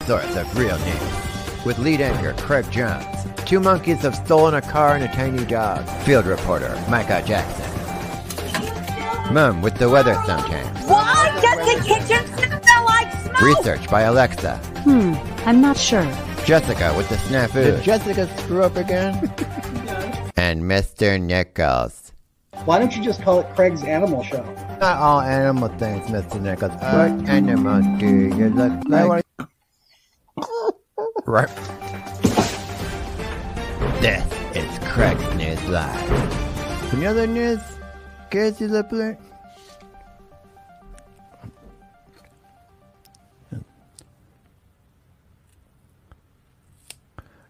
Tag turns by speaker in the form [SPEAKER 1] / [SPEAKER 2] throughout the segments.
[SPEAKER 1] Thor's a real name. With lead anchor Craig Johns. Two monkeys have stolen a car and a tiny dog. Field reporter Micah Jackson. Mum with the weather sometimes.
[SPEAKER 2] Why does the kitchen smell like smoke?
[SPEAKER 1] Research by Alexa.
[SPEAKER 3] Hmm, I'm not sure.
[SPEAKER 1] Jessica with the snafu.
[SPEAKER 4] Did Jessica screw up again?
[SPEAKER 1] and Mr. Nichols.
[SPEAKER 5] Why don't you just call it Craig's Animal Show?
[SPEAKER 4] Not all animal things, Mr. Nichols.
[SPEAKER 1] What animal do you look like? right. This is Craig's News Live.
[SPEAKER 4] Some other news? Casey LeBlanc?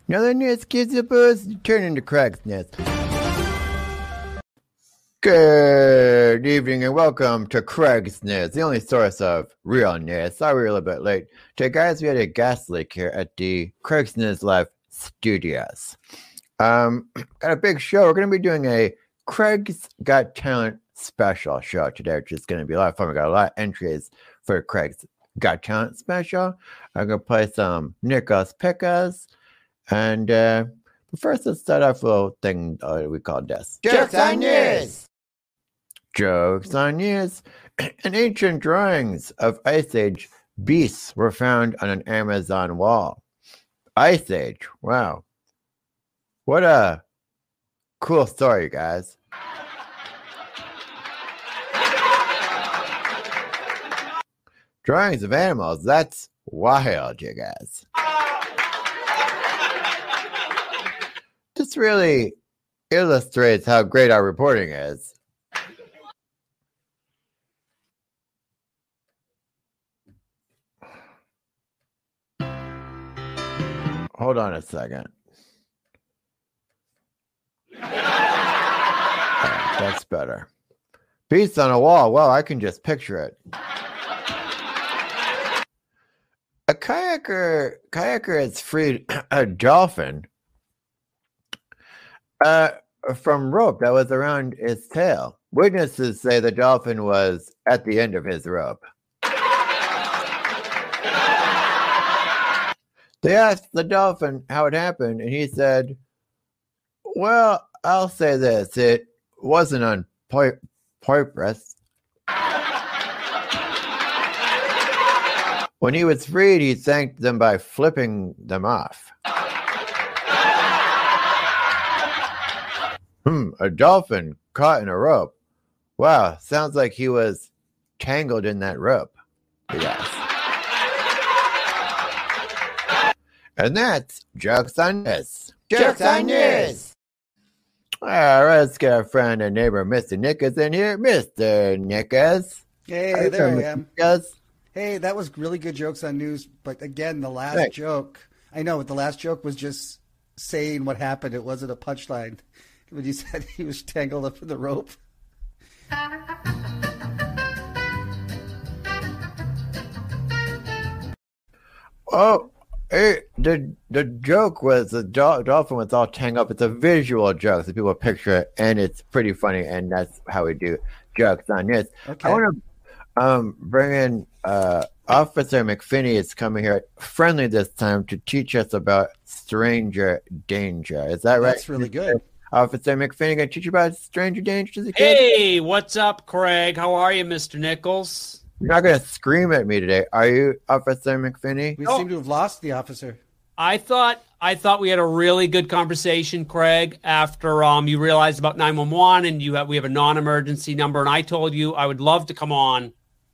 [SPEAKER 4] Another news, kids and booze, turn into Craig's Nest. Good evening and welcome to Craig's News, the only source of real news. Sorry we're a little bit late. Today, guys, we had a gas leak here at the Craig's News Live studios. Um, got a big show. We're going to be doing a Craig's Got Talent special show today, which is going to be a lot of fun. We got a lot of entries for Craig's Got Talent special. I'm going to play some Nicholas Pickers. And uh, first, let's start off with a little thing uh, we call this
[SPEAKER 6] Jokes on News.
[SPEAKER 4] Jokes on News. and ancient drawings of Ice Age beasts were found on an Amazon wall. Ice Age. Wow. What a cool story, guys. drawings of animals. That's wild, you guys. this really illustrates how great our reporting is. Hold on a second. Right, that's better. Beast on a wall. Well, I can just picture it. A kayaker kayaker has freed a dolphin uh, from rope that was around his tail. Witnesses say the dolphin was at the end of his rope. they asked the dolphin how it happened, and he said, Well, I'll say this it wasn't on pur- purpose. when he was freed, he thanked them by flipping them off. Hmm, a dolphin caught in a rope. Wow, sounds like he was tangled in that rope. Yes. and that's Jokes on News.
[SPEAKER 6] Jokes on News.
[SPEAKER 4] All right, let's get our friend and neighbor, Mr. Nickers, in here. Mr. Nickers.
[SPEAKER 7] Hey,
[SPEAKER 4] Hi,
[SPEAKER 7] there
[SPEAKER 4] Mr.
[SPEAKER 7] I am.
[SPEAKER 4] Nickers.
[SPEAKER 7] Hey, that was really good jokes on news. But again, the last
[SPEAKER 4] Thanks.
[SPEAKER 7] joke, I know, but the last joke was just saying what happened. It wasn't a punchline. When you said he was tangled up in the rope.
[SPEAKER 4] Oh, eh, the the joke was the dol- dolphin was all tangled up. It's a visual joke, so people picture it, and it's pretty funny. And that's how we do jokes on this.
[SPEAKER 7] Okay.
[SPEAKER 4] I want to um, bring in uh, Officer McFinney is coming here, friendly this time, to teach us about stranger danger. Is that right?
[SPEAKER 7] That's really good.
[SPEAKER 4] Officer McFinney going to teach you about stranger danger to the kids.
[SPEAKER 8] Hey, what's up, Craig? How are you, Mr. Nichols?
[SPEAKER 4] You're not going to scream at me today, are you, Officer McFinney?
[SPEAKER 7] We seem to have lost the officer.
[SPEAKER 8] I thought I thought we had a really good conversation, Craig. After um, you realized about nine one one, and you have, we have a non emergency number, and I told you I would love to come on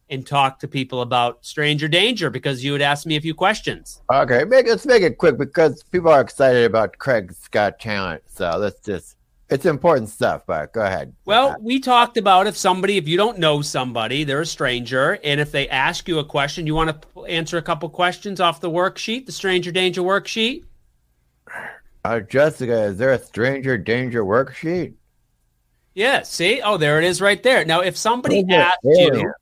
[SPEAKER 8] and talk to people about stranger danger because you had asked me a few questions.
[SPEAKER 4] Okay, make, let's make it quick because people are excited about Craig Scott talent. So let's just, it's important stuff, but go ahead.
[SPEAKER 8] Well, we talked about if somebody, if you don't know somebody, they're a stranger, and if they ask you a question, you want to p- answer a couple questions off the worksheet, the stranger danger worksheet.
[SPEAKER 4] Uh, Jessica, is there a stranger danger worksheet?
[SPEAKER 8] Yeah, see? Oh, there it is right there. Now, if somebody asked you,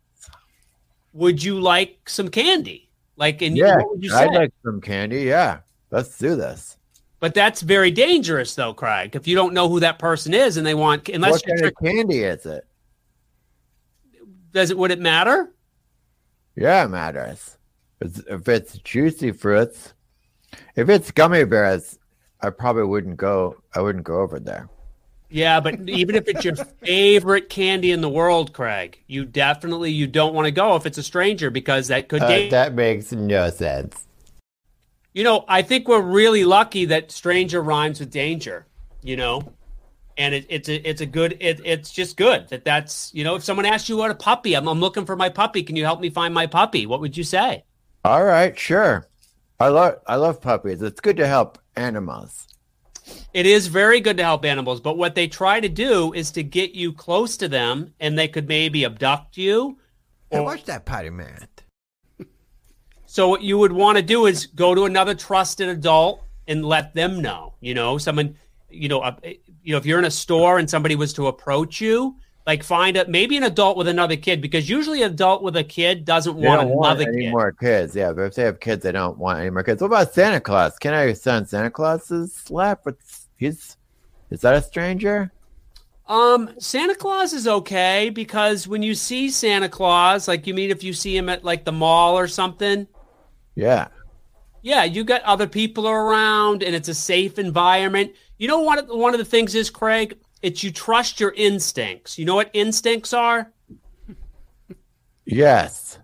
[SPEAKER 8] would you like some candy? Like, and
[SPEAKER 4] Yeah,
[SPEAKER 8] what would you say?
[SPEAKER 4] I'd like some candy. Yeah, let's do this.
[SPEAKER 8] but that's very dangerous, though, Craig. If you don't know who that person is and they want, unless
[SPEAKER 4] what
[SPEAKER 8] you
[SPEAKER 4] kind of candy is it?
[SPEAKER 8] does it, would it matter?
[SPEAKER 4] Yeah, it matters. It's- If it's juicy fruits, if it's gummy bears, I probably wouldn't go. I wouldn't go over there.
[SPEAKER 8] Yeah, but even if it's your favorite candy in the world, Craig, you definitely you don't want to go if it's a stranger because that could
[SPEAKER 4] Uh,
[SPEAKER 8] date.
[SPEAKER 4] that makes no sense.
[SPEAKER 8] you know, I think we're really lucky that stranger rhymes with danger. You know, and it, it's a it's a good it, it's just good that that's you know if someone asks you what a puppy, I'm I'm looking for my puppy. Can you help me find my puppy? What would you say?
[SPEAKER 4] All right, sure. I love I love puppies. It's good to help animals.
[SPEAKER 8] It is very good to help animals, but what they try to do is to get you close to them, and they could maybe abduct you.
[SPEAKER 1] Hey, watch that potty mouth.
[SPEAKER 8] So what you would want to do is go to another trusted adult and let them know. You know, someone, you know, a, you know, if you're in a store and somebody was to approach you, like find a maybe an adult with another kid because usually an adult with a kid doesn't
[SPEAKER 4] They
[SPEAKER 8] want
[SPEAKER 4] don't want
[SPEAKER 8] another
[SPEAKER 4] any
[SPEAKER 8] kid.
[SPEAKER 4] more kids. Yeah, but if they have kids, they don't want any more kids. What about Santa Claus? Can I send Santa Claus's slap? It's, he's is that a stranger?
[SPEAKER 8] Um, Santa Claus is okay because when you see Santa Claus, like you mean if you see him at like the mall or something,
[SPEAKER 4] Yeah.
[SPEAKER 8] Yeah, you got other people are around and it's a safe environment. You know what one of the things is, Craig? It's you trust your instincts. You know what instincts are?
[SPEAKER 4] Yes.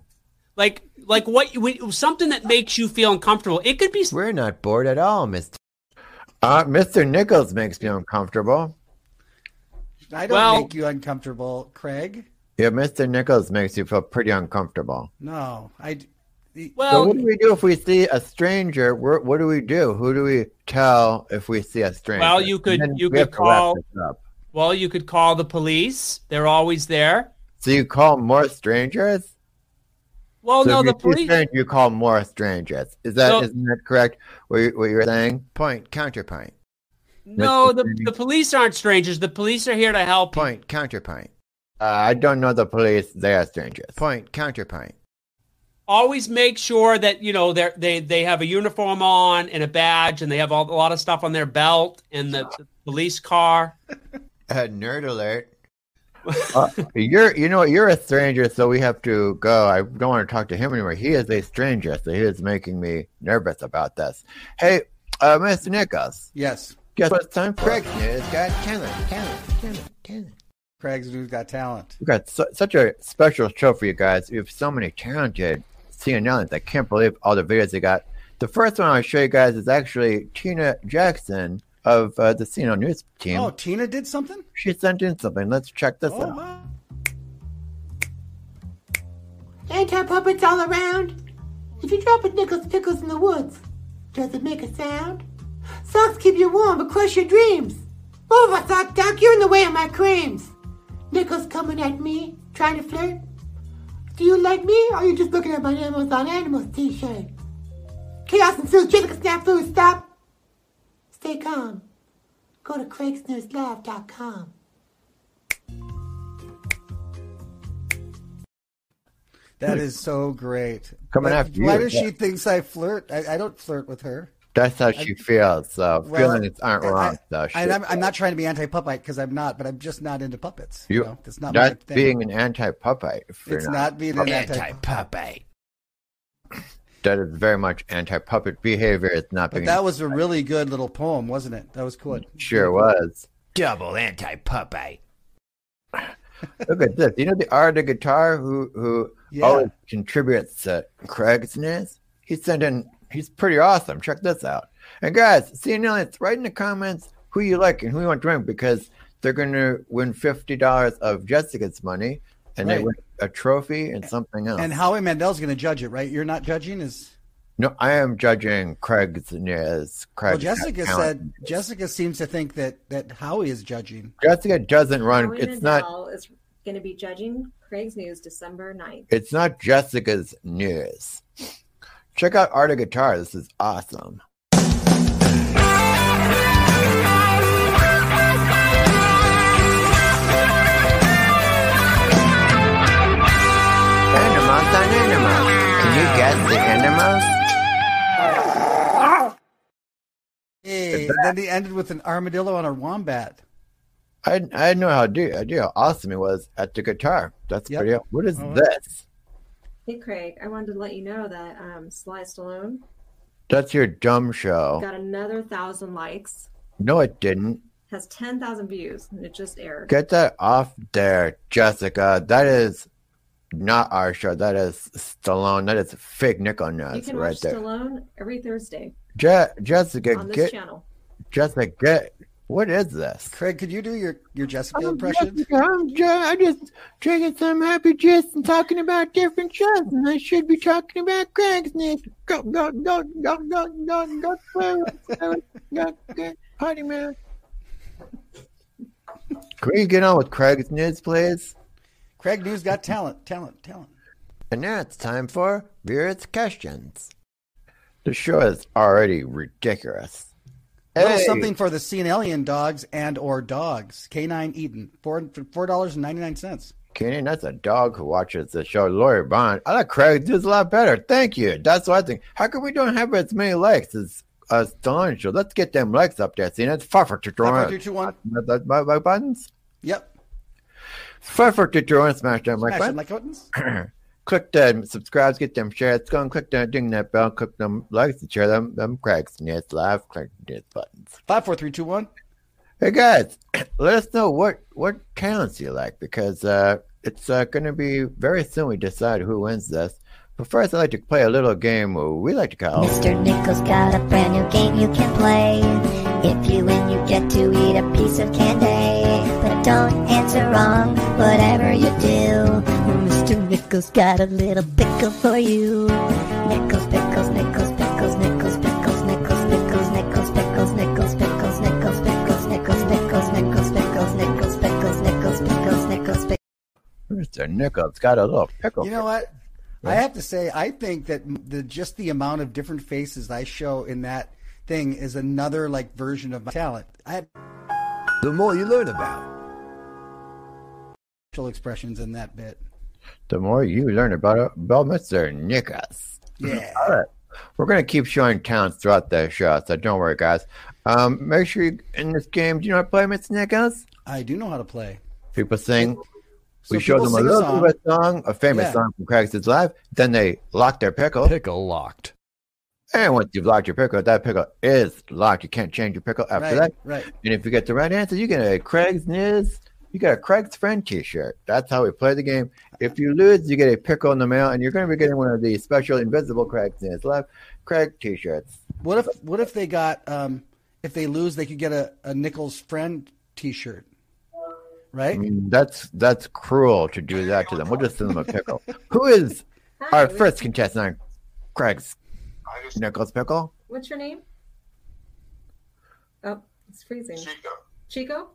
[SPEAKER 8] Like like what we, something that makes you feel uncomfortable. It could be
[SPEAKER 1] We're not bored at all, Mr.
[SPEAKER 4] Uh, Mr. Nichols makes me uncomfortable.
[SPEAKER 7] I don't
[SPEAKER 8] Well-
[SPEAKER 7] make you uncomfortable, Craig.
[SPEAKER 4] Yeah, Mr. Nichols makes you feel pretty uncomfortable.
[SPEAKER 7] No, I. d- the-
[SPEAKER 4] So
[SPEAKER 8] well,
[SPEAKER 4] what do we do if we see a stranger? Where, what do we do? Who do we tell if we see a stranger?
[SPEAKER 8] Well, you could-
[SPEAKER 4] And then
[SPEAKER 8] you
[SPEAKER 4] we have
[SPEAKER 8] could
[SPEAKER 4] to wrap
[SPEAKER 8] call-
[SPEAKER 4] this up.
[SPEAKER 8] well, you could call the police. They're always there.
[SPEAKER 4] So you call more strangers?
[SPEAKER 8] Well,
[SPEAKER 4] So
[SPEAKER 8] Oh, no,
[SPEAKER 4] if you
[SPEAKER 8] the
[SPEAKER 4] see
[SPEAKER 8] police.
[SPEAKER 4] strangers, you call more strangers. Is that
[SPEAKER 8] No.
[SPEAKER 4] not that correct? What you, what you're saying?
[SPEAKER 1] Point, counterpoint.
[SPEAKER 8] No,
[SPEAKER 4] Mr.
[SPEAKER 8] the,
[SPEAKER 4] Green.
[SPEAKER 8] the police aren't strangers. The police are here to help. you.
[SPEAKER 1] Point, counterpoint.
[SPEAKER 4] Uh, I don't know the police. They are strangers.
[SPEAKER 1] Point, counterpoint.
[SPEAKER 8] always make sure that you know they they they have a uniform on and a badge and they have all, a lot of stuff on their belt and the, the police car.
[SPEAKER 1] Uh, nerd alert.
[SPEAKER 4] Uh, you're, you know, what? you're a stranger, so we have to go. I don't want to talk to him anymore. He is a stranger, so he is making me nervous about this. Hey, uh, Mr. Nichols,
[SPEAKER 7] yes,
[SPEAKER 4] guess what it's time for?
[SPEAKER 1] Craig has got talent, talent, talent, talent.
[SPEAKER 7] Craig's dude's got talent.
[SPEAKER 4] We've got su- such a special show for you guys. We have so many talented CNNs. I can't believe all the videos they got. The first one I'll show you guys is actually Tina Jackson of uh, the CNN News team.
[SPEAKER 7] Oh, Tina did something.
[SPEAKER 4] She sent in something. Let's check this
[SPEAKER 7] Oh,
[SPEAKER 4] out.
[SPEAKER 7] wow.
[SPEAKER 6] Anti puppets all around. If you drop a nickel's pickles in the woods, does it make a sound? Socks keep you warm but crush your dreams. Move a sock, Doc, you're in the way of my creams. Nickels coming at me, trying to flirt. Do you like me, or are you just looking at my animals on animals t shirt? Chaos ensues, just like a snafu, stop. Stay calm. Go to craigsnewslive.com.
[SPEAKER 7] That is so great.
[SPEAKER 4] Coming
[SPEAKER 7] Why-
[SPEAKER 4] after
[SPEAKER 7] Why
[SPEAKER 4] you.
[SPEAKER 7] does she thinks I flirt? I, I don't flirt with her.
[SPEAKER 4] That's how she feels. So
[SPEAKER 7] Well,
[SPEAKER 4] feelings aren't
[SPEAKER 7] I-
[SPEAKER 4] wrong. so
[SPEAKER 7] I,
[SPEAKER 4] she-
[SPEAKER 7] and I'm, I'm not trying to be anti-puppet because I'm not, but I'm just not into puppets. You,
[SPEAKER 4] you-
[SPEAKER 7] know, that's not
[SPEAKER 4] that's
[SPEAKER 7] my thing.
[SPEAKER 4] being an anti-puppet. if you're
[SPEAKER 7] it's not being an anti.
[SPEAKER 1] Anti-puppet.
[SPEAKER 4] That is very much anti-puppet behavior. It's not
[SPEAKER 7] But
[SPEAKER 4] being.
[SPEAKER 7] that was a really good little poem, wasn't it? That was cool.
[SPEAKER 4] sure was.
[SPEAKER 1] Double anti-puppet.
[SPEAKER 4] Look at this. You know the art of guitar who who
[SPEAKER 7] Yeah.
[SPEAKER 4] always contributes to Craig's news? He sent in he's pretty awesome. Check this out. And guys, CNN, it's right in the comments who you like and who you want to win because they're gonna win fifty dollars of Jessica's money and they
[SPEAKER 7] Right.
[SPEAKER 4] win a trophy and something else.
[SPEAKER 7] And Howie Mandel's going to judge it, right? You're not judging. Is
[SPEAKER 4] no, I am judging Craig's news.
[SPEAKER 7] well,
[SPEAKER 4] Craig's
[SPEAKER 7] Jessica
[SPEAKER 4] talent.
[SPEAKER 7] said. Jessica seems to think that that Howie is judging.
[SPEAKER 4] Jessica doesn't run
[SPEAKER 9] Howie
[SPEAKER 4] it's not
[SPEAKER 9] Mandel is going to be judging Craig's News December 9th.
[SPEAKER 4] It's not Jessica's news. Check out Art of Guitar. This is awesome. Animals on animals. Can you guess the animals?
[SPEAKER 7] Hey, and then he ended with an armadillo on a wombat.
[SPEAKER 4] I I didn't know how do I do how awesome it was at the guitar. That's
[SPEAKER 7] Yep.
[SPEAKER 4] pretty. What is
[SPEAKER 7] Oh,
[SPEAKER 4] this?
[SPEAKER 9] Hey, Craig, I wanted to let you know that um, Sly Stallone
[SPEAKER 4] That's your dumb show.
[SPEAKER 9] got another thousand likes,
[SPEAKER 4] No, it didn't.
[SPEAKER 9] has 10,000 views, and it just aired.
[SPEAKER 4] Get that off there, Jessica. That is not our show. That is Stallone. That is fake nickel
[SPEAKER 9] You
[SPEAKER 4] nuts
[SPEAKER 9] can
[SPEAKER 4] right
[SPEAKER 9] watch
[SPEAKER 4] there.
[SPEAKER 9] Stallone every Thursday
[SPEAKER 4] Je- Jessica,
[SPEAKER 9] on this
[SPEAKER 4] get
[SPEAKER 9] channel.
[SPEAKER 4] Jessica, get. What is this?
[SPEAKER 7] Craig, could you do your, your Jessica
[SPEAKER 4] I'm
[SPEAKER 7] impression?
[SPEAKER 4] Jessica, I'm ju- I just drinking some happy juice and talking about different shows, and I should be talking about Craig's next. Go, go, go, go, go, go, go, go, go, go, go, party man. Can we get on with Craig's news, please?
[SPEAKER 7] Craig News got talent, talent, talent.
[SPEAKER 4] And now it's time for Vera's questions. The show is already ridiculous.
[SPEAKER 7] A little
[SPEAKER 4] Hey!
[SPEAKER 7] something for the sea and alien dogs and or dogs. Canine Eden. Four four dollars and ninety nine cents.
[SPEAKER 4] Kenan, that's a dog who watches the show. Lori Bond. I like Craig does a lot better. Thank you. That's what I think. How come we don't have as many likes as as Don show? Let's get them likes up there. See, that's five for two
[SPEAKER 7] Five, four,
[SPEAKER 4] drawing.
[SPEAKER 7] three, two, one.
[SPEAKER 4] That's my, my buttons.
[SPEAKER 7] Yep.
[SPEAKER 4] Five for two drawing. Smash them like
[SPEAKER 7] Smash
[SPEAKER 4] button.
[SPEAKER 7] it like buttons.
[SPEAKER 4] click them subscribes, get them shares. Go and click that ding that bell. Click them likes and share them. Them Craig's Nits live. Click Nits buttons.
[SPEAKER 7] Five, four, three, two, one.
[SPEAKER 4] Hey guys, let us know what what talents you like because uh, it's uh, going to be very soon. We decide who wins this. But first, I'd like to play a little game we like to call
[SPEAKER 10] Mr. Nichols got a brand new game you can play. If you win, you get to eat a piece of candy. But don't answer wrong, whatever you do. Mr. Nichols got a little pickle for you. Nichols, pickles, nickels, pickles, nickels, pickles, nickels, pickles, nickels, pickles, nickels, pickles, nickels, pickles, nickels, nickels, nickels, pickles, nickels, pickles, nickels, pickles, nickels, pickles.
[SPEAKER 4] Mr. Nichols got a little pickle.
[SPEAKER 7] You know what? I have to say, I think that m- the just the amount of different faces I show in that thing is another like version of my talent. I have
[SPEAKER 1] The more you learn about,
[SPEAKER 7] facial expressions in that bit.
[SPEAKER 4] the more you learn about about Mr. Nichols.
[SPEAKER 1] Mm-hmm.
[SPEAKER 7] Yeah.
[SPEAKER 4] All right. We're going to keep showing talents throughout the show, so don't worry, guys. Um, make sure you, in this game, do you know how to play Mr. Nichols?
[SPEAKER 7] I do know how to play.
[SPEAKER 4] People sing.
[SPEAKER 7] So
[SPEAKER 4] We show
[SPEAKER 7] people
[SPEAKER 4] them a
[SPEAKER 7] sing
[SPEAKER 4] little
[SPEAKER 7] song.
[SPEAKER 4] bit of a song, a famous
[SPEAKER 7] Yeah.
[SPEAKER 4] song from Craigslist Live. Then they lock their pickle.
[SPEAKER 11] Pickle locked.
[SPEAKER 4] And once you've locked your pickle, that pickle is locked. You can't change your pickle after
[SPEAKER 7] Right,
[SPEAKER 4] that.
[SPEAKER 7] right.
[SPEAKER 4] And if you get the right answer, you get a Craig's Niz. You get a Craig's Friend T-shirt. That's how we play the game. If you lose, you get a pickle in the mail, and you're going to be getting one of the special invisible Craig's Niz left Craig T-shirts.
[SPEAKER 7] What if what if they got um if they lose they could get a, a Nichols friend t shirt. Right?
[SPEAKER 4] I mean, that's that's cruel to do that to them. We'll just send them a pickle. Who is our first contestant on Craig's Nichols Pickle?
[SPEAKER 9] What's your name? Oh, it's freezing. Chico. Chico?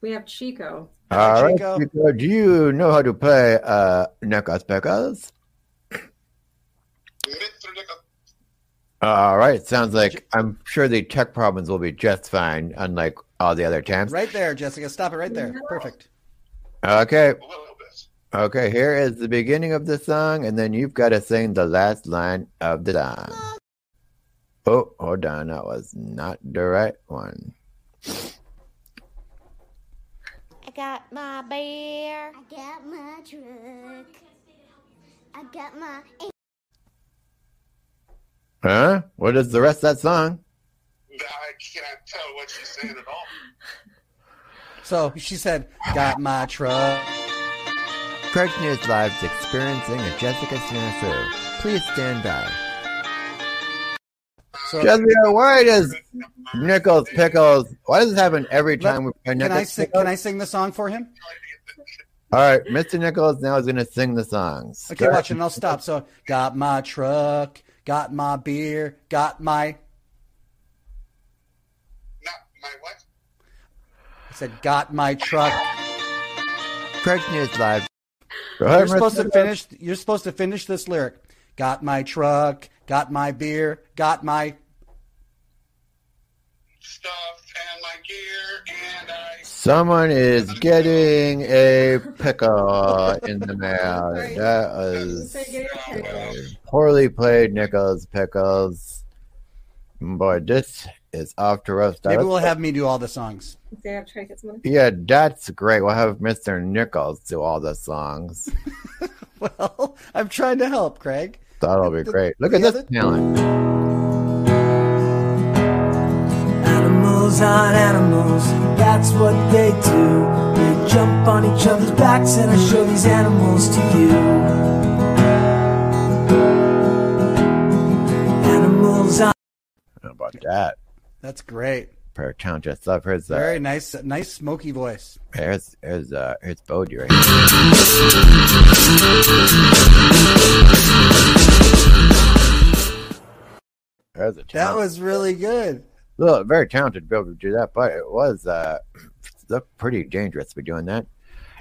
[SPEAKER 9] We have Chico.
[SPEAKER 4] All right,
[SPEAKER 7] Chico.
[SPEAKER 4] Chico, do you know how to play uh, Nichols Pickles? All right, sounds like I'm sure the tech problems will be just fine, unlike all the other times.
[SPEAKER 7] Right there, Jessica. Stop it right there. Perfect.
[SPEAKER 4] Okay. Okay, here is the beginning of the song, and then you've got to sing the last line of the song. Oh, hold on, that was not the right one.
[SPEAKER 10] I got my bear. I got my truck. I got my
[SPEAKER 4] Huh? What is the rest of that song?
[SPEAKER 11] I can't tell what she's saying at all.
[SPEAKER 7] So she said, Got my truck.
[SPEAKER 4] Craig News Live's experiencing a Jessica Snafu. Please stand by.
[SPEAKER 7] So
[SPEAKER 4] Jessica, why does Nichols Pickles? Why does this happen every time we play
[SPEAKER 7] can I
[SPEAKER 4] Nichols?
[SPEAKER 7] sing
[SPEAKER 4] Pickles?
[SPEAKER 7] can I sing the song for him?
[SPEAKER 4] All right, Mr. Nichols now is going to sing the songs.
[SPEAKER 7] Okay, watch it and I'll stop. So got my truck, got my beer, got my
[SPEAKER 11] Not my what?
[SPEAKER 7] I said got my truck.
[SPEAKER 4] Craig News Live. Go
[SPEAKER 7] You're
[SPEAKER 4] ahead, Mr.
[SPEAKER 7] supposed to
[SPEAKER 4] Nichols.
[SPEAKER 7] finish you're supposed to finish this lyric. Got my truck, got my beer, got my
[SPEAKER 11] Stuff and my gear and I.
[SPEAKER 4] Someone is getting a pickle in the mail. That was poorly played, Nichols Pickles. Boy, this is off to roast.
[SPEAKER 7] Maybe we'll have me do all the songs.
[SPEAKER 9] Yeah, try to get someone.
[SPEAKER 4] Yeah, that's great. We'll have Mr. Nichols do all the songs.
[SPEAKER 7] well, I'm trying to help, Craig.
[SPEAKER 4] That'll be great. Look at this talent.
[SPEAKER 12] Animals on animals, that's what they do. They jump on each other's backs, and I show these animals to you. Animals on.
[SPEAKER 4] How about that?
[SPEAKER 7] That's great.
[SPEAKER 4] Per town just love his uh,
[SPEAKER 7] Very nice, nice smoky voice.
[SPEAKER 4] here's here's uh here's Bodie right There's a
[SPEAKER 7] That
[SPEAKER 4] talent.
[SPEAKER 7] was really good.
[SPEAKER 4] Look, very talented to be able to do that, but it was uh looked pretty dangerous to be doing that.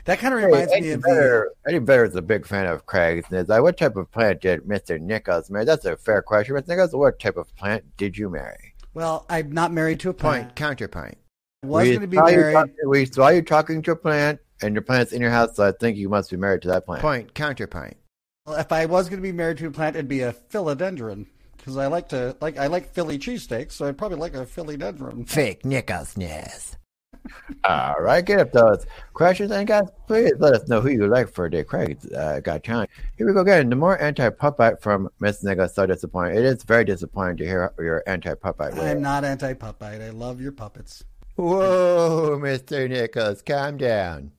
[SPEAKER 7] That kind of reminds
[SPEAKER 4] Eddie
[SPEAKER 7] me of the.
[SPEAKER 4] Vedder, Eddie Vedder is a big fan of Craig's. And he's like, what type of plant did Mr. Nichols marry? That's a fair question. Mr. Nichols, what type of plant did you marry?
[SPEAKER 7] Well, I'm not married to a plant.
[SPEAKER 4] Point, counterpoint.
[SPEAKER 7] I was
[SPEAKER 4] We
[SPEAKER 7] going to be
[SPEAKER 4] saw you
[SPEAKER 7] married.
[SPEAKER 4] talk- we saw you talking to a plant, and your plant's in your house, so I think you must be married to that plant.
[SPEAKER 1] Point, counterpoint.
[SPEAKER 7] Well, if I was going to be married to a plant, it'd be a philodendron because I like to like I like Philly cheesesteaks, so I'd probably like a philodendron.
[SPEAKER 1] Fake Nicholsness.
[SPEAKER 4] All right, get up those questions, and guys, please let us know who you like for the Craig uh, Got Challenge. Here we go again. The more anti-puppet from Miss Nigga, so disappointing. It is very disappointing to hear your anti-puppet.
[SPEAKER 7] I'm not anti-puppet. I love your puppets.
[SPEAKER 4] Whoa, Mr. Nichols, calm down.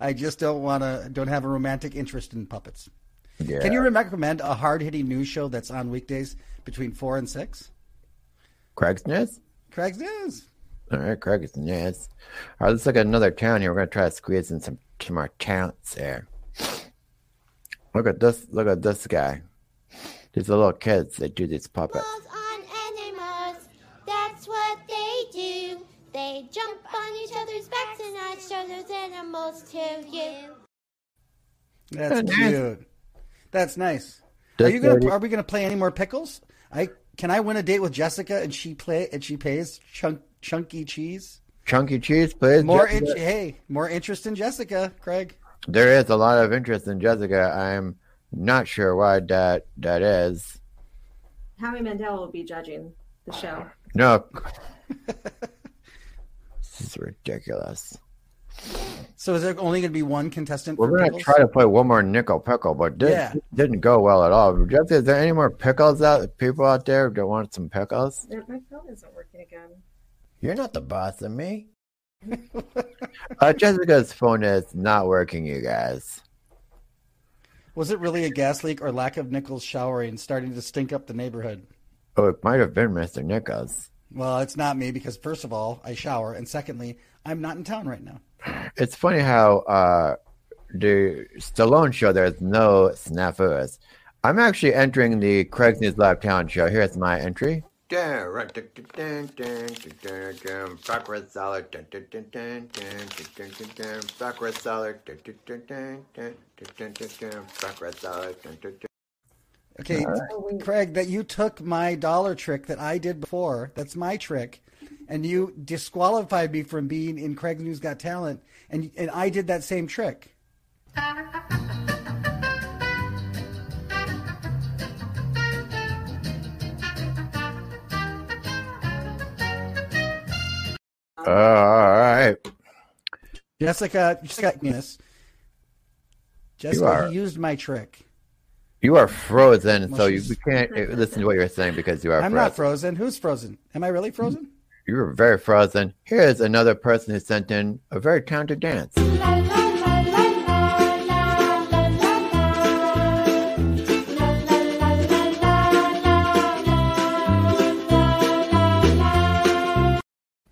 [SPEAKER 7] I just don't want to don't have a romantic interest in puppets.
[SPEAKER 4] Yeah.
[SPEAKER 7] Can you recommend a hard-hitting news show that's on weekdays between four and six?
[SPEAKER 4] Craig's Nest?
[SPEAKER 7] Craig's News.
[SPEAKER 4] All right, Craig's Nest. All right, let's look at another town here. We're going to try to squeeze in some, some more talents there. Look at this. Look at this guy. These are little kids that do these puppets.
[SPEAKER 13] on animals. That's what they do. They jump on each other's backs and I show those animals to you.
[SPEAKER 7] That's
[SPEAKER 13] Nice.
[SPEAKER 7] cute. That's nice.
[SPEAKER 4] That's
[SPEAKER 7] are you gonna?
[SPEAKER 4] very-
[SPEAKER 7] Are we gonna play any more pickles? I can I win a date with Jessica and she play and she pays chunk chunky cheese.
[SPEAKER 4] Chunky cheese, please.
[SPEAKER 7] More
[SPEAKER 4] Jessica.
[SPEAKER 7] in- hey, more interest in Jessica, Craig.
[SPEAKER 4] There is a lot of interest in Jessica. I'm not sure why that that is.
[SPEAKER 9] Howie Mandel will be judging the show.
[SPEAKER 4] No. this is ridiculous.
[SPEAKER 7] So is there only going to be one contestant?
[SPEAKER 4] We're
[SPEAKER 7] for
[SPEAKER 4] gonna
[SPEAKER 7] pickles?
[SPEAKER 4] try to play one more nickel pickle, but this
[SPEAKER 7] Yeah.
[SPEAKER 4] didn't go well at all. Jeff, is there any more pickles out people out there that want some pickles?
[SPEAKER 9] There- My phone isn't working again.
[SPEAKER 4] You're not the boss of me. uh, Jessica's phone is not working, you guys.
[SPEAKER 7] Was it really a gas leak or lack of nickels showering starting to stink up the neighborhood?
[SPEAKER 4] Oh, it might have been Mr. Nichols.
[SPEAKER 7] Well, it's not me because first of all, I shower, and secondly, I'm not in town right now.
[SPEAKER 4] It's funny how uh, the Stallone show there's no snafus. I'm actually entering the Craig's News Live Town show. Here's my entry. Breakfast salad. Breakfast salad. Breakfast salad.
[SPEAKER 7] Okay, Craig, that you took my dollar trick that I did before. That's my trick, and you disqualified me from being in Craig News Got Talent, and and I did that same trick.
[SPEAKER 4] Oh, all right.
[SPEAKER 7] Jessica, Jessica, yes. Jessica,
[SPEAKER 4] are-
[SPEAKER 7] he used my trick.
[SPEAKER 4] You are frozen, so you
[SPEAKER 7] Mushrooms.
[SPEAKER 4] we can't eh, listen to what you're saying because you are
[SPEAKER 7] I'm
[SPEAKER 4] frozen.
[SPEAKER 7] not frozen. Who's frozen? Am I really frozen?
[SPEAKER 4] you were very frozen. Here's another person who sent in a very talented dance.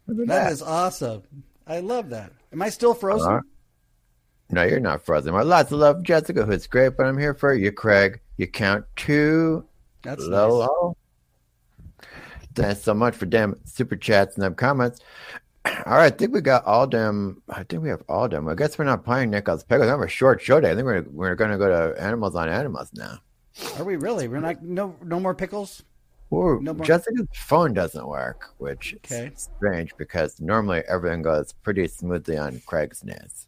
[SPEAKER 7] That is awesome. I love that. Am I still frozen?
[SPEAKER 4] Uh-huh. No, you're not frozen. Well, lots of love, Jessica, who's great, but I'm here for you, Craig. You count two.
[SPEAKER 7] That's
[SPEAKER 4] Lolo. Thanks so much for them super chats and them comments. All right, I think we got all them. I think we have all them. I guess we're not playing Nichols Pickles. I'm a short show day. I think we're we're going to go to Animals on Animals now.
[SPEAKER 7] Are we really? We're not. No, no more pickles.
[SPEAKER 4] Ooh,
[SPEAKER 7] No more-
[SPEAKER 4] Jessica's phone doesn't work, which
[SPEAKER 7] Okay.
[SPEAKER 4] is strange because normally everything goes pretty smoothly on Craig's Nest.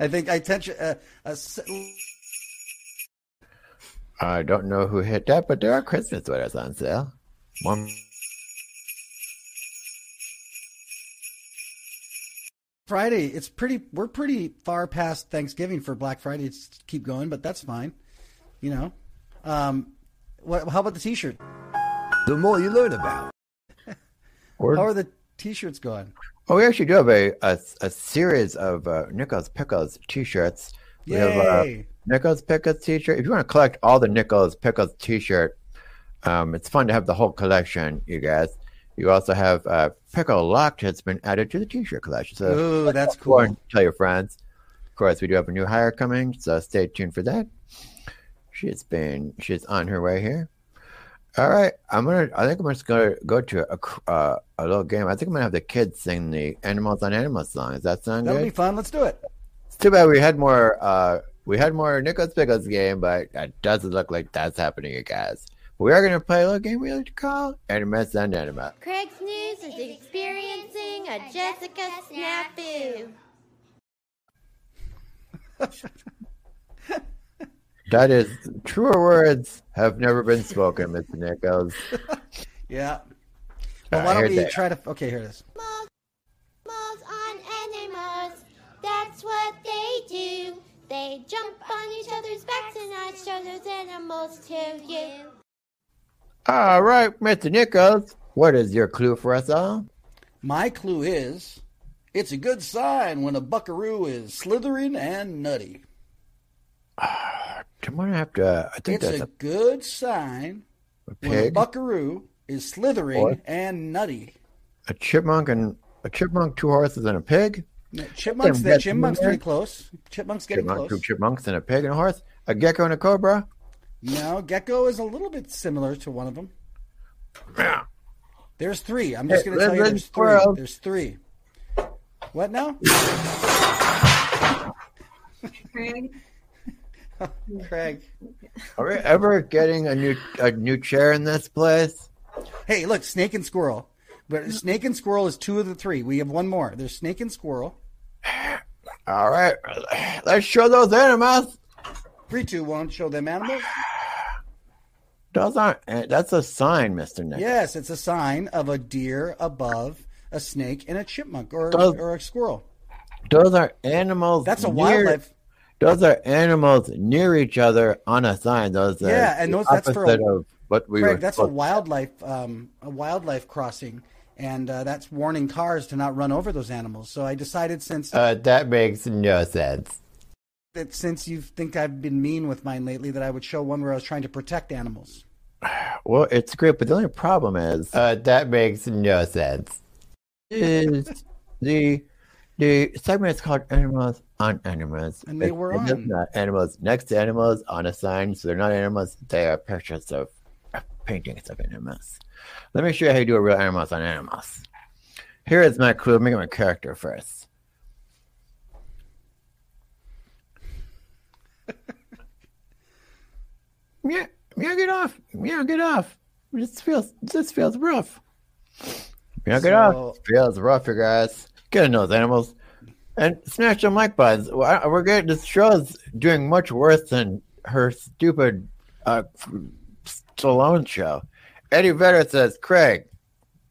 [SPEAKER 7] I think I touch. Uh, uh, s-
[SPEAKER 4] I don't know who hit that, but there are Christmas sweaters on sale. One
[SPEAKER 7] Friday. It's pretty. We're pretty far past Thanksgiving for Black Friday. It's keep going, but that's fine. You know. Um, what? How about the T-shirt?
[SPEAKER 4] The more you learn about.
[SPEAKER 7] How are the T-shirts going?
[SPEAKER 4] Oh, we actually do have a a, a series of uh, Nichols Pickles T-shirts. We have uh,
[SPEAKER 7] Yay.
[SPEAKER 4] Nichols Pickles T-shirt. If you want to collect all the Nichols Pickles T-shirt, um, it's fun to have the whole collection, you guys. You also have uh, pickle locked that's been added to the T-shirt collection. So
[SPEAKER 7] Ooh, that's
[SPEAKER 4] go and Tell your friends. Of course, we do have a new hire coming, so stay tuned for that. She's been she's on her way here. All right, I'm gonna. I think I'm just gonna go to a cr- uh, a little game. I think I'm gonna have the kids sing the "Animals on Animals" song. Is that sound
[SPEAKER 7] That'll
[SPEAKER 4] good?
[SPEAKER 7] be fun. Let's do it.
[SPEAKER 4] It's too bad we had more. Uh, we had more Nicholas Pickles game, but it doesn't look like that's happening, you guys. We are gonna play a little game we like to call "Animus and Anima."
[SPEAKER 13] Craig's News is experiencing a Jessica snafu.
[SPEAKER 4] That is truer words have never been spoken, Mr. Nichols.
[SPEAKER 7] Yeah.
[SPEAKER 4] Uh,
[SPEAKER 7] Well, why
[SPEAKER 4] here
[SPEAKER 7] don't we
[SPEAKER 4] they-
[SPEAKER 7] try to? Okay, here it is.
[SPEAKER 13] Animals on animals, that's what they do. They jump on each other's backs and I'd show those animals to you.
[SPEAKER 4] All right, Mr. Nichols, what is your clue for us all?
[SPEAKER 7] My clue is, it's a good sign when a buckaroo is slithering and nutty.
[SPEAKER 4] I'm gonna have to. uh, I think
[SPEAKER 7] It's
[SPEAKER 4] that's
[SPEAKER 7] a
[SPEAKER 4] a,
[SPEAKER 7] good sign when a
[SPEAKER 4] pig?
[SPEAKER 7] buckaroo is slithering
[SPEAKER 4] What?
[SPEAKER 7] and nutty.
[SPEAKER 4] a chipmunk and a chipmunk, two horses, and a pig.
[SPEAKER 7] Chipmunks,
[SPEAKER 4] Them
[SPEAKER 7] that
[SPEAKER 4] gets
[SPEAKER 7] chipmunks
[SPEAKER 4] in there.
[SPEAKER 7] pretty close. Chipmunks getting
[SPEAKER 4] Chipmunk, two
[SPEAKER 7] close.
[SPEAKER 4] chipmunks, and a pig and a horse. A gecko and a cobra.
[SPEAKER 7] No, gecko is a little bit similar to one of them. There's three. I'm just
[SPEAKER 4] Hey,
[SPEAKER 7] going to tell you
[SPEAKER 4] Red
[SPEAKER 7] there's three.
[SPEAKER 4] Squirrel.
[SPEAKER 7] There's three. What now?
[SPEAKER 9] Craig.
[SPEAKER 7] Craig.
[SPEAKER 4] Are we ever getting a new a new chair in this place?
[SPEAKER 7] Hey, look, snake and squirrel. But snake and squirrel is two of the three. We have one more. There's snake and squirrel.
[SPEAKER 4] All right, let's show those animals.
[SPEAKER 7] Three, two, one. Show them animals.
[SPEAKER 4] Those aren't. eh, That's a sign, Mister Nichols.
[SPEAKER 7] Yes, it's a sign of a deer above a snake and a chipmunk or,
[SPEAKER 4] Does-
[SPEAKER 7] or a squirrel.
[SPEAKER 4] Those are animals.
[SPEAKER 7] That's a
[SPEAKER 4] near-
[SPEAKER 7] wildlife.
[SPEAKER 4] Those are animals near each other on a sign. Those are
[SPEAKER 7] Yeah, and
[SPEAKER 4] the
[SPEAKER 7] those- that's for a-
[SPEAKER 4] opposite of what we
[SPEAKER 7] Craig,
[SPEAKER 4] were.
[SPEAKER 7] that's a
[SPEAKER 4] supposed-
[SPEAKER 7] wildlife um, a wildlife crossing, and uh, that's warning cars to not run over those animals. So I decided since
[SPEAKER 4] uh, that makes no sense.
[SPEAKER 7] that since you think I've been mean with mine lately, that I would show one where I was trying to protect animals.
[SPEAKER 4] Well, it's great, but the only problem is uh, that makes no sense. Is the the segment is called "Animals on Animals,"
[SPEAKER 7] And they
[SPEAKER 4] It-
[SPEAKER 7] were
[SPEAKER 4] it is
[SPEAKER 7] on.
[SPEAKER 4] not animals next to animals on a sign, so they're not animals. They are pictures of of paintings of animals. Let me show you how you do a real animals on animals. Here is my clue. Let me get my character first. Meow, meow, get off. Meow, get off. This feels, this feels rough. Meow, get off.
[SPEAKER 7] So-
[SPEAKER 4] Feels rough, you guys. Get in those animals. And snatch the mic buds. Why- We're getting, this show's doing much worse than her stupid uh, Stallone show. Eddie Vedder says, Craig,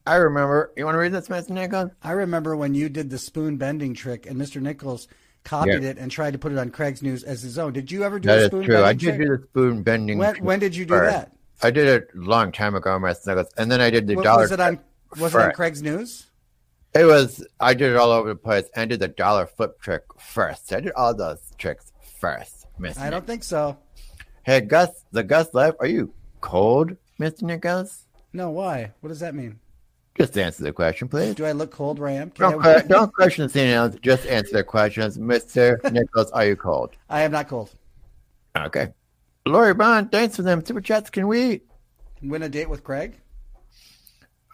[SPEAKER 4] I remember. You want to read this, Mr. Nichols?
[SPEAKER 7] I remember when you did the spoon bending trick, and Mr. Nichols copied
[SPEAKER 4] Yeah.
[SPEAKER 7] it and tried to put it on Craig's news as his own. Did you ever do
[SPEAKER 4] That
[SPEAKER 7] a
[SPEAKER 4] is
[SPEAKER 7] spoon
[SPEAKER 4] true.
[SPEAKER 7] bending
[SPEAKER 4] I did
[SPEAKER 7] trick?
[SPEAKER 4] do the spoon bending.
[SPEAKER 7] When-
[SPEAKER 4] trick
[SPEAKER 7] when did you do
[SPEAKER 4] first.
[SPEAKER 7] that?
[SPEAKER 4] I did it a long time ago, my snuggles, and then I did the
[SPEAKER 7] Wa-
[SPEAKER 4] dollar.
[SPEAKER 7] was it on
[SPEAKER 4] trick
[SPEAKER 7] was it on
[SPEAKER 4] first.
[SPEAKER 7] Craig's news?
[SPEAKER 4] It was. I did it all over the place, and did the dollar flip trick first. I did all those tricks first, Miss.
[SPEAKER 7] I don't think so.
[SPEAKER 4] Hey, Gus, the Gus left. Are you cold, Mister Nichols?
[SPEAKER 7] No, why? What does that mean?
[SPEAKER 4] Just answer the question, please.
[SPEAKER 7] Do I look cold where I am? Can
[SPEAKER 4] Don't,
[SPEAKER 7] I,
[SPEAKER 4] que- don't question the scenarios. Just answer the questions, Mister Nichols. Are you cold?
[SPEAKER 7] I am not cold.
[SPEAKER 4] Okay. Lori Bond, thanks for them super chats. Can we?
[SPEAKER 7] Win a date with Craig?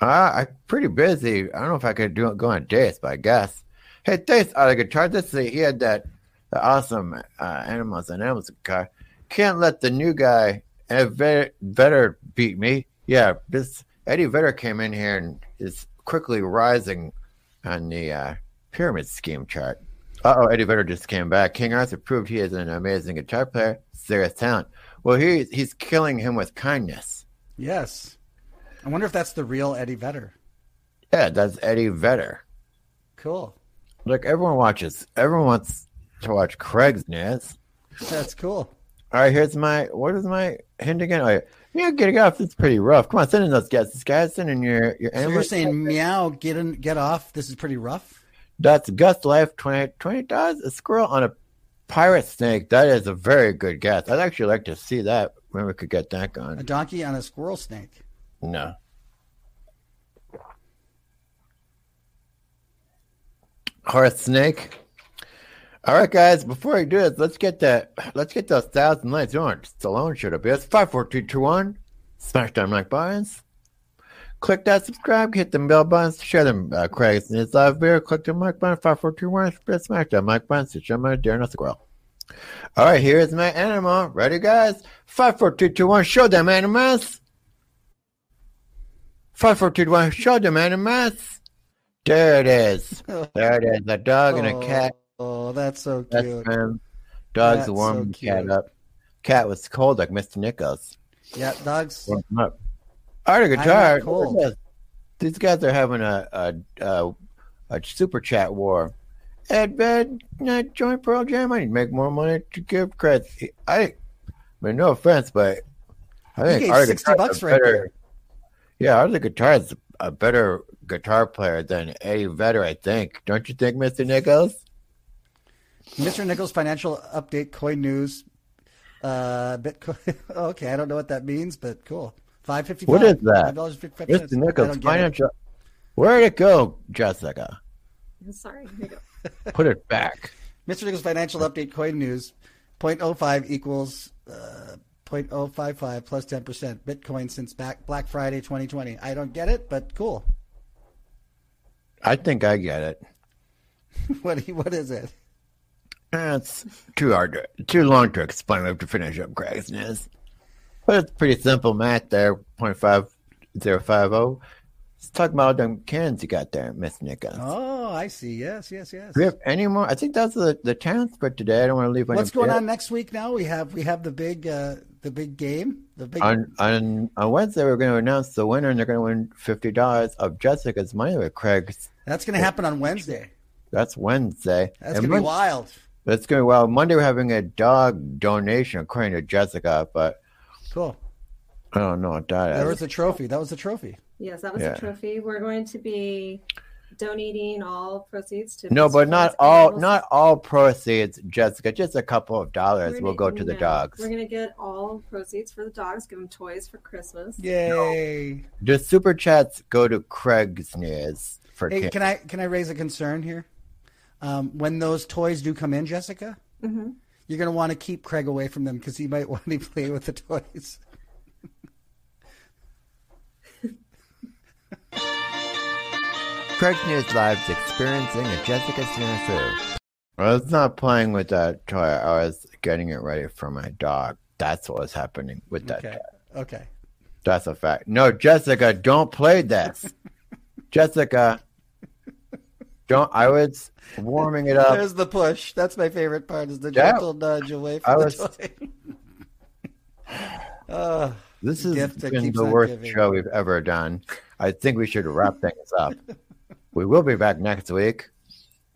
[SPEAKER 4] Uh, I'm pretty busy. I don't know if I could do go on dates, but I guess. Hey, thanks, Auto Guitar. This is, he had that the awesome uh, Animals and Animals guitar. Can't let the new guy Ed Vedder, Vedder beat me. Yeah, this Eddie Vedder came in here and is quickly rising on the uh, pyramid scheme chart. Uh oh, Eddie Vedder just came back. King Arthur proved he is an amazing guitar player, serious talent. Well, he he's killing him with kindness.
[SPEAKER 7] Yes. I wonder if that's the real Eddie Vedder.
[SPEAKER 4] Yeah, that's Eddie Vedder.
[SPEAKER 7] Cool.
[SPEAKER 4] Look, everyone watches. Everyone wants to watch Craig's Nest.
[SPEAKER 7] That's cool.
[SPEAKER 4] All right, here's my. What is my hint again? Oh, All right. Meow, get off. That's pretty rough. Come on, send in those guesses, guys. Send in your your.
[SPEAKER 7] So you're saying meow, get in, get off. This is pretty rough.
[SPEAKER 4] That's Gus Life 20, 20 dollars. A squirrel on a pirate snake. That is a very good guess. I'd actually like to see that when we could get that
[SPEAKER 7] A
[SPEAKER 4] going.
[SPEAKER 7] donkey on a squirrel snake.
[SPEAKER 4] No. Horse snake. All right, guys. Before I do this, let's get that. Let's get those thousand likes. You know what Stallone should have been. It's five, four, three, two, one. Smash down like buttons. Click that subscribe. Hit them bell buttons. Share them. Uh, Craig's and it's live beer. Click the mic button. Five, four, two, one. Spread smash down mic button. Sit on my deer and a squirrel. All right, here is my animal. Ready, guys? Five, four, three, two, one. Show them animals. Five, four, three, two, one. Show them animals. There it is. There it is. A dog and a cat.
[SPEAKER 7] Oh, that's so
[SPEAKER 4] That's
[SPEAKER 7] cute.
[SPEAKER 4] him. Dog's
[SPEAKER 7] That's so
[SPEAKER 4] warming the cat
[SPEAKER 7] cute.
[SPEAKER 4] up. Cat was cold like Mr. Nichols.
[SPEAKER 7] Yeah, dogs.
[SPEAKER 4] Warmed him up. All right,
[SPEAKER 7] I'm not
[SPEAKER 4] guitar. Look at
[SPEAKER 7] cold.
[SPEAKER 4] this. These guys are having a a, a a super chat war. Ed Bed, not join Pearl Jam. I need to make more money to give credit. I, I mean, no offense, but I
[SPEAKER 7] You
[SPEAKER 4] think
[SPEAKER 7] gave
[SPEAKER 4] our
[SPEAKER 7] 60
[SPEAKER 4] guitar's
[SPEAKER 7] bucks
[SPEAKER 4] a
[SPEAKER 7] right
[SPEAKER 4] better-
[SPEAKER 7] there.
[SPEAKER 4] Yeah, our guitar is a better guitar player than Eddie Vedder. I think. Don't you think, Mister Nichols?
[SPEAKER 7] Mr. Nichols financial update coin news. Uh, Bitcoin. okay, I don't know what that means, but cool. Five fifty.
[SPEAKER 4] What is that?
[SPEAKER 7] $5.55.
[SPEAKER 4] Mr. Nichols,
[SPEAKER 7] I don't get it.
[SPEAKER 4] financial. Where'd it go, Jessica?
[SPEAKER 9] Sorry. here you go.
[SPEAKER 4] Put it back.
[SPEAKER 7] Mr. Nichols financial update coin news. 0.05 equals uh, 0.055 plus 10% Bitcoin since back Black Friday 2020. I don't get it, but cool.
[SPEAKER 4] I think I get it.
[SPEAKER 7] what what is it?
[SPEAKER 4] It's too hard, to, too long to explain. We have to finish up Craig's news. But it's pretty simple math there. Point five zero five zero. Let's talk about all them cans you got there, Miss Nichols.
[SPEAKER 7] Oh, I see. Yes, yes, yes.
[SPEAKER 4] Do we have any more? I think that's the the town spread today. I don't want to leave.
[SPEAKER 7] What's
[SPEAKER 4] any-
[SPEAKER 7] going on next week now? We have we have the big uh, the big game, the big
[SPEAKER 4] on on on Wednesday? We're going to announce the winner, and they're going to win fifty dollars of Jessica's money with Craig's.
[SPEAKER 7] That's going to happen on Wednesday.
[SPEAKER 4] That's Wednesday. And
[SPEAKER 7] That's going to be
[SPEAKER 4] Mon-
[SPEAKER 7] wild.
[SPEAKER 4] That's going well. Monday we're having a dog donation according to Jessica, but
[SPEAKER 7] Cool.
[SPEAKER 4] I don't know what that is.
[SPEAKER 7] There was a trophy. That was a trophy.
[SPEAKER 9] Yes, that was
[SPEAKER 4] Yeah.
[SPEAKER 9] a trophy. We're going to be donating all proceeds to.
[SPEAKER 4] no, but
[SPEAKER 9] Mr.
[SPEAKER 4] not
[SPEAKER 9] Ford's
[SPEAKER 4] all
[SPEAKER 9] animals.
[SPEAKER 4] not all proceeds, Jessica. Just a couple of dollars
[SPEAKER 9] We're
[SPEAKER 4] will go
[SPEAKER 9] gonna-
[SPEAKER 4] to the
[SPEAKER 9] no,
[SPEAKER 4] dogs.
[SPEAKER 9] We're going to get all proceeds for the dogs. Give them toys for Christmas.
[SPEAKER 7] Yay.
[SPEAKER 4] The super chats go to Craig's News for
[SPEAKER 7] Hey,
[SPEAKER 4] kids.
[SPEAKER 7] can I can I raise a concern here? Um, when those toys do come in, Jessica,
[SPEAKER 9] Mhm.
[SPEAKER 7] you're going to want to keep Craig away from them because he might want to play with the toys.
[SPEAKER 4] Craig's News Live's experiencing a Jessica Snafu. I was not playing with that toy. I was getting it ready for my dog. That's what was happening with that
[SPEAKER 7] Okay.
[SPEAKER 4] toy.
[SPEAKER 7] Okay.
[SPEAKER 4] That's a fact. No, Jessica, don't play this. Jessica, don't. I was warming it up.
[SPEAKER 7] There's the push. That's my favorite part is the
[SPEAKER 4] Yeah.
[SPEAKER 7] gentle nudge away
[SPEAKER 4] I
[SPEAKER 7] from
[SPEAKER 4] was-
[SPEAKER 7] the toy. Uh, Ugh.
[SPEAKER 4] This has
[SPEAKER 7] gift that
[SPEAKER 4] been
[SPEAKER 7] keeps
[SPEAKER 4] the
[SPEAKER 7] on
[SPEAKER 4] worst
[SPEAKER 7] giving.
[SPEAKER 4] show we've ever done. I think we should wrap things up. we will be back next week.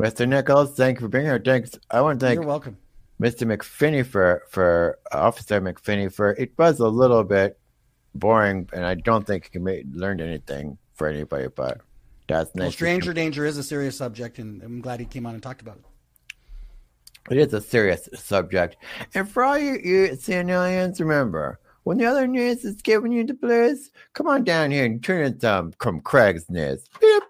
[SPEAKER 4] Mr. Nichols, thank you for being here. Thanks. I want to thank
[SPEAKER 7] You're welcome.
[SPEAKER 4] Mr. McFinney for for uh, Officer McFinney for it was a little bit boring, and I don't think he ma- learned anything for anybody. But that's
[SPEAKER 7] Well,
[SPEAKER 4] nice. to-
[SPEAKER 7] stranger danger is a serious subject, and I'm glad he came on and talked about it.
[SPEAKER 4] It is a serious subject. And for all you, you seeing aliens, remember, when the other news is giving you the blues, come on down here and turn in some from um, Craig's news. Beep.